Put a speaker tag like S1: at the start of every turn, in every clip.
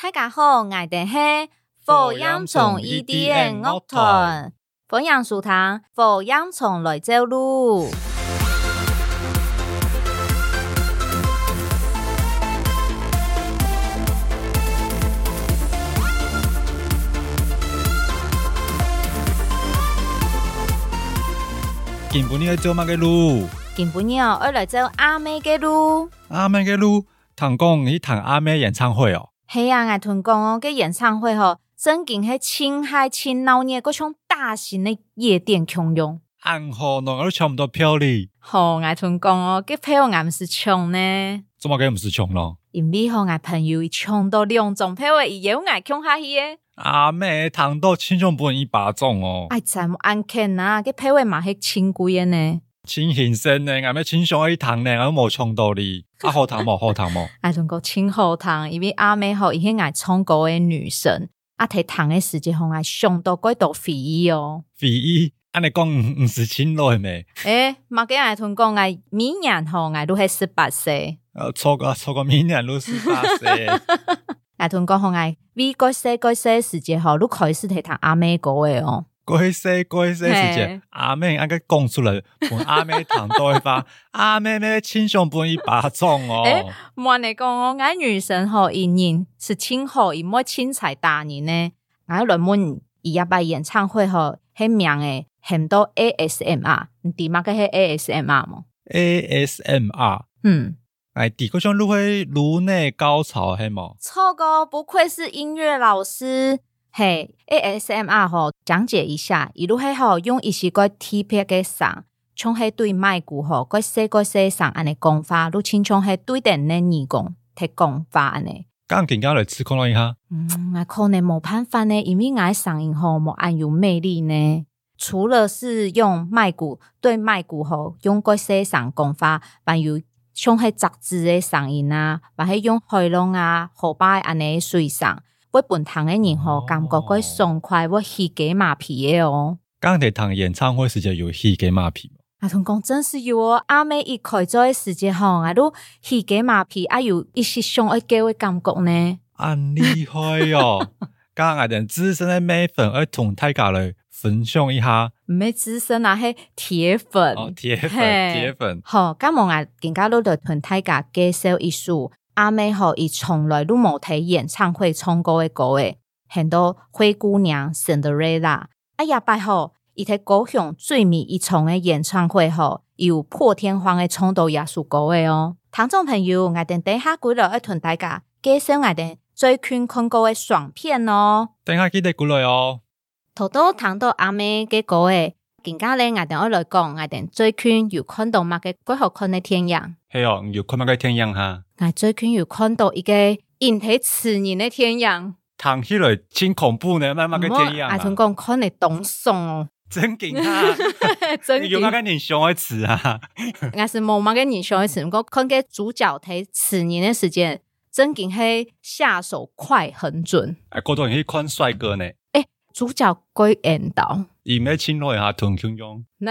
S1: 大家好，我哋系佛音从伊甸乐团，佛音书堂，佛音从来走路。
S2: 根本你要做乜嘅路？
S1: 根本要我来走阿妹嘅路。
S2: 阿妹嘅路，唐讲你唐阿妹演唱会哦，
S1: 系啊，我同讲哦，嘅演唱会吼，真经系青海青闹热嗰种大型的夜店穷用。
S2: 暗号侬都抢唔到票哩，
S1: 吼，我同讲哦，嘅票我唔是抢呢，
S2: 做乜嘅唔是抢咯？
S1: 因为吼我朋友伊抢到两张票的，伊有我抢下去的。
S2: 阿妹唐到千种本一把种哦，
S1: 哎，怎么安肯啊？嘅票位嘛系千贵的呢？
S2: 千先生呢，阿妹千上一堂呢，我冇抢到 哩，啊好堂冇好堂冇，
S1: 爱同个清后堂，因为阿妹吼伊迄爱唱歌的女神，啊，提堂的时间吼爱上到几度非议哦。
S2: 非议，安尼讲唔唔是亲落咩？
S1: 诶，马给爱同讲爱明年吼爱都系十八岁，
S2: 呃，错个错个明年都是八岁，
S1: 爱同讲吼爱 V 该些该些时间吼，都开始提堂阿妹歌的哦。
S2: 过世过世时
S1: 嘿
S2: 节，阿妹阿个讲出来，本阿妹唐到一 把，阿妹妹千上本一把种
S1: 诶
S2: 哦。
S1: 莫你讲哦，俺女神吼伊人是清吼伊莫清彩大人呢，俺论文伊一摆演唱会吼，迄名诶很多 ASMR，你点嘛个迄 ASMR 么？
S2: ASMR，
S1: 嗯。
S2: 哎，底个像路会颅内高潮嘿冇？
S1: 臭哥哦不愧是音乐老师。嘿，ASMR 吼，讲解一下，一路嘿吼用一些个 T P 嘅嗓，像嘿对麦鼓吼，个细个细嗓安尼讲法，都亲像嘿对电的耳讲，提讲法安尼。
S2: 刚刚刚来吃看了一下，
S1: 嗯，我可能冇办法呢，因为我的嗓音吼冇安有魅力呢。除了是用麦鼓对麦鼓吼，用个些嗓讲法，还有像迄杂志的嗓音啊，还是用喉咙啊、喉巴的安尼的水嗓，我本堂的人吼，
S2: 哦
S1: 感觉个爽快，我起鸡马皮的哦。
S2: 刚在谈演唱会时间有戏给马屁，
S1: 啊，同讲真是有哦，阿妹一开做的时间吼，啊都起鸡马皮，啊有一些上一叫的感觉呢。
S2: 很啊厉害哦！刚刚点资深的妹粉而同大家来分享一下
S1: 唔咩资深啊，迄铁粉。
S2: 哦，铁粉
S1: 嗯嘿
S2: 铁粉，
S1: 好，咁我啊，更加都就同大家介绍一首阿妹吼，伊从来都冇睇演唱会唱过的歌诶，很多灰姑娘 Cinderella。啊，呀拜吼，伊睇高雄最迷一场的演唱会吼，伊有破天荒的冲到耶稣歌诶哦。听众朋友，我哋底下几落要同大家介绍我哋最近看过的爽片哦。
S2: 等下记得过来哦。
S1: 土豆糖到阿妹嘅歌诶，更加咧，我哋我来讲，我哋最近有看到乜嘅几好看嘅天样，
S2: 嘿哦，你有看那个天样哈？
S1: 我最近有看到一个引起刺人嘅天样，
S2: 躺起来真恐怖呢，慢慢个天样
S1: 阿同
S2: 啊，
S1: 讲看你懂爽 哦，
S2: 真劲啊！
S1: 真
S2: 你有那
S1: 嘅，
S2: 个你想的词啊？
S1: 我是冇乜嘅人想嘅事，不过看嘅主角睇刺人嘅时间，真嘅系下手快很准，
S2: 哎，过段去看帅哥呢，
S1: 主角归引 导，
S2: 伊咩亲落下同胸用。
S1: 咩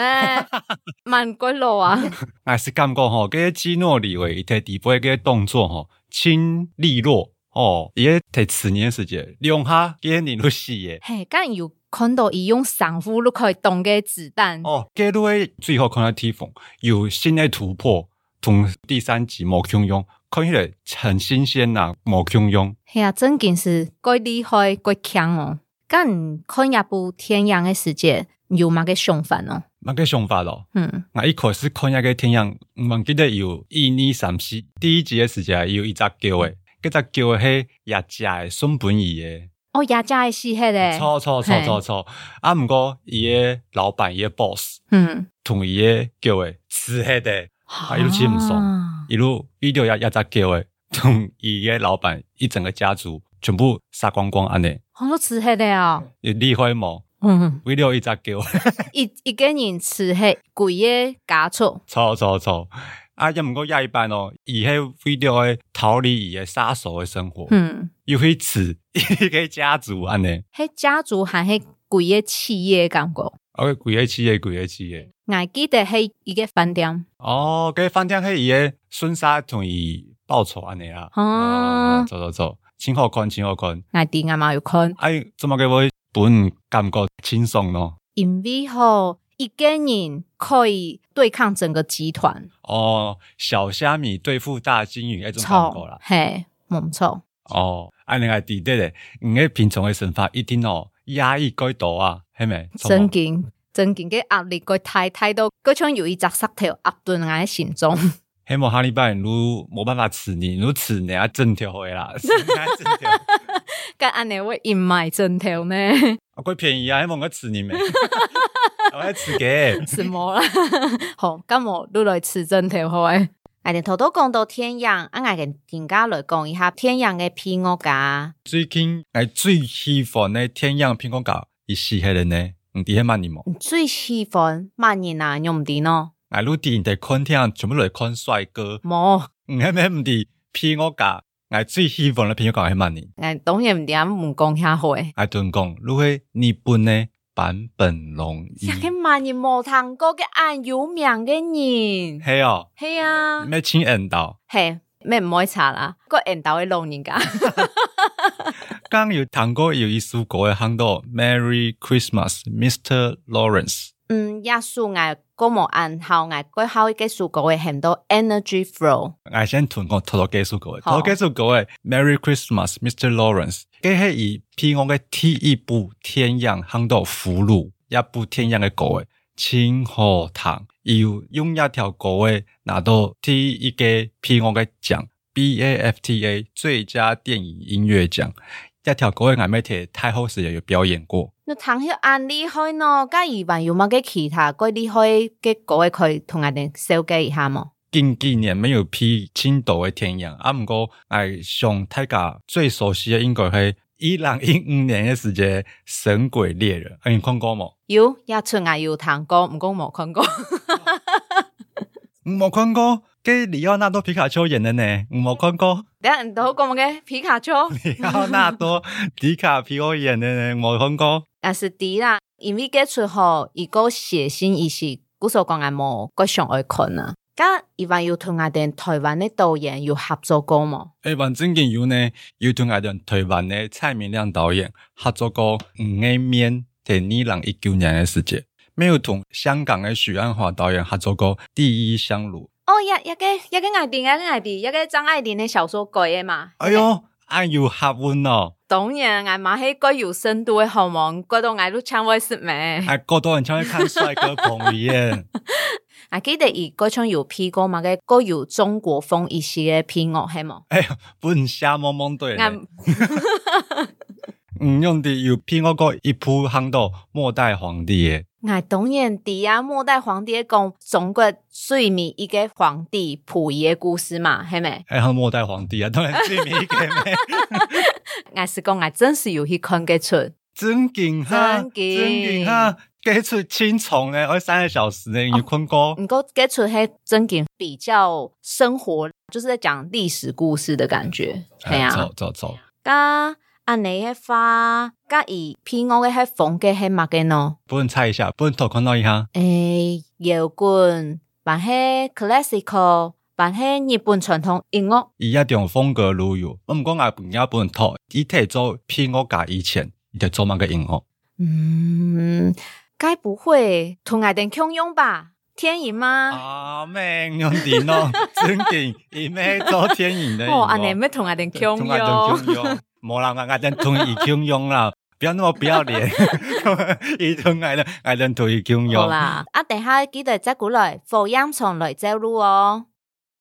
S1: 慢鬼路 啊！
S2: 我是感觉吼，个基诺里维摕底部个动作吼，轻利落吼，哦伊个摕十年时间，利用下个你都死诶。
S1: 嘿，敢有看到伊用上夫都可以动嘅子弹。
S2: 哦，个路诶最后看到提风有新的突破，从第三集无汹涌，看起来很新鲜呐、无汹涌。
S1: 系啊，真件事，怪厉害，怪强哦。咁看一部《天样的世界》，有嘛个想法哦？
S2: 那个想法咯，
S1: 嗯，
S2: 我一开始看那个天样，我记得有一二三四，第一集的时间有一只叫诶，嗰只叫诶系也食诶孙本义诶。
S1: 哦，也真系是迄个，
S2: 错错错错错！啊，毋过伊个老板伊个 boss
S1: 嗯，
S2: 同伊个叫诶，吃黑的，啊一路吃唔爽
S1: 啊
S2: 一路 video 也也只叫诶，同伊个老板一整个家族全部杀光光安尼，
S1: 我都吃迄个哦。
S2: 有厉害无
S1: 嗯，
S2: ？video 一只叫，
S1: 一一个人吃迄贵个家畜，
S2: 错错错！啊，也毋过也一般哦，伊迄 video 诶逃离伊个杀手诶生活，
S1: 嗯，
S2: 又去吃伊个家族安尼，
S1: 迄家族含迄贵个企业的感觉。
S2: 啊，鬼个企业鬼个企业。
S1: 我记得迄一个饭店，
S2: 哦，佮饭店迄伊个孙沙同伊报仇安尼啊。
S1: 哦
S2: 走走走，真好看，真好看。
S1: 爱听阿妈有看，
S2: 哎，怎么个我本感觉轻松咯？
S1: 因为吼一个人可以对抗整个集团，
S2: 哦，小虾米对付大金鱼，迄种感觉啦。
S1: 嘿，冇错，
S2: 哦，安尼个伫得咧，你个平常的生活一定哦压抑过度啊，系咪？
S1: 真紧真紧嘅压力，佮太太到，佮像有一只石头压在俺的心中。
S2: 黑莫哈利拜，如没办法吃你，如吃你要整条回啦， 吃你要整条，
S1: 干安尼会阴霾整条呢？
S2: 啊，贵便宜啊，黑莫个吃你没？我要吃给，
S1: 什么啦？ 好，咁我你来吃整条好诶。哎，你头都讲到天阳，啊，我跟人家来讲一下天阳嘅片我噶。
S2: 最近哎最喜欢的天样苹果糕，伊是迄个呢，嗯唔伫迄慢你无？
S1: 最喜欢慢热啊，用唔得 喏，
S2: 哎，如伫在看天全部来看帅哥，
S1: 冇，
S2: 唔迄咩唔伫苹果糕，哎最喜欢的苹果糕迄慢你。
S1: 哎，当然唔得，唔讲遐好诶。
S2: 爱顿啊讲，如迄日本的版本龙一，
S1: 一个慢热无通过嘅按有名嘅人，
S2: 嘿哦，
S1: 系啊，
S2: 咩请引导，
S1: 嘿，咩唔爱查啦，个引导会弄人家。
S2: 刚有谈过有一首歌的行到 Merry Christmas, Mr. Lawrence。
S1: 嗯，亚数爱个无按好爱个好嘅数个会很多 energy flow。
S2: 我先同讲头头结束过，
S1: 好
S2: 头头结束过诶，Merry Christmas, Mr. Lawrence。佢系以 P 我嘅第一部天样行到俘虏，一部天样嘅歌诶，清河堂要用一条歌诶拿到第一个 P 我嘅奖 BAFTA 最佳电影音乐奖。一条歌嘅眼咩睇太后时也有表演过，
S1: 你谈迄按厉害喏，甲伊万有冇嘅其他个厉害嘅个会可以同人哋小解一下冇？
S2: 近几年没有 P 青岛嘅天样，啊毋过哎上大家最熟悉嘅应该系伊朗一五年嘅时节《神鬼猎人》，啊你看过冇？
S1: 有亚出爱有谈过，唔讲冇看过。
S2: 我冇看过，跟里奥纳多皮卡丘演的呢，我冇看过。
S1: 等下唔到讲嘅皮卡丘，
S2: 里奥纳多迪卡皮奥演的呢，我冇看过。
S1: 也是啲啦，因为嘅出吼，伊个写信伊是古所讲嘅冇，个上爱看啊。甲伊万有同阿哋台湾嘅导演有合作过冇？
S2: 诶，反正嘅有呢，有同阿人台湾的蔡明亮导演合作过《唔爱面》，在伊朗一九年嘅时节，没有同香港的许鞍华导演合作过《第一香炉》。
S1: 哦，一一个一个艾迪，一个艾迪，一个张爱玲嘅小说改嘅嘛。
S2: 哎哟，俺有合运哦，
S1: 当然，俺嘛迄个有深度的项目，嗰度俺都抢位食咩？
S2: 俺哎过多人想去看帅哥彭于晏。
S1: 啊，记得伊嗰种有 P 歌嘛嘅，嗰有中国风意思嘅片乐系冇？
S2: 本瞎蒙蒙对嘞，
S1: 俺
S2: 嗯，用的有骗我过一部行到末代皇帝的，
S1: 俺当然知啊，末代皇帝讲中国最迷一个皇帝溥仪的故事嘛，系咪？
S2: 哎，行末代皇帝啊，当然最迷个咩，
S1: 俺是讲俺啊真是有去看嘅出，
S2: 真劲哈，
S1: 真
S2: 真
S1: 劲
S2: 劲哈，给出青虫呢，二三个小时呢，有困过，
S1: 不过嘅出系真嘅比较生活，就是在讲历史故事的感觉，系
S2: 哎
S1: 啊。
S2: 走走走，
S1: 甲安尼迄花，甲伊偏我嘅迄风格迄物嘅喏，
S2: 不能猜一下，不能偷看到一下，
S1: 诶、摇滚，扮迄 classical，扮迄日本传统音乐，
S2: 伊一种风格如有，我唔讲俺不要不能偷，伊提做骗我家以前，伊就做那个音乐。
S1: 嗯，该不会同爱点强用吧？天影吗？
S2: 啊命用电脑，真劲！伊咩做天影的？
S1: 哦，安尼要同爱点强
S2: 同我
S1: 用，
S2: 同用，无人我等同伊强 用啦，不要那么不要脸。 伊同我等我等同伊强
S1: 好
S2: 用。
S1: 啦，啊，等下记得再过来，福音从来走路哦。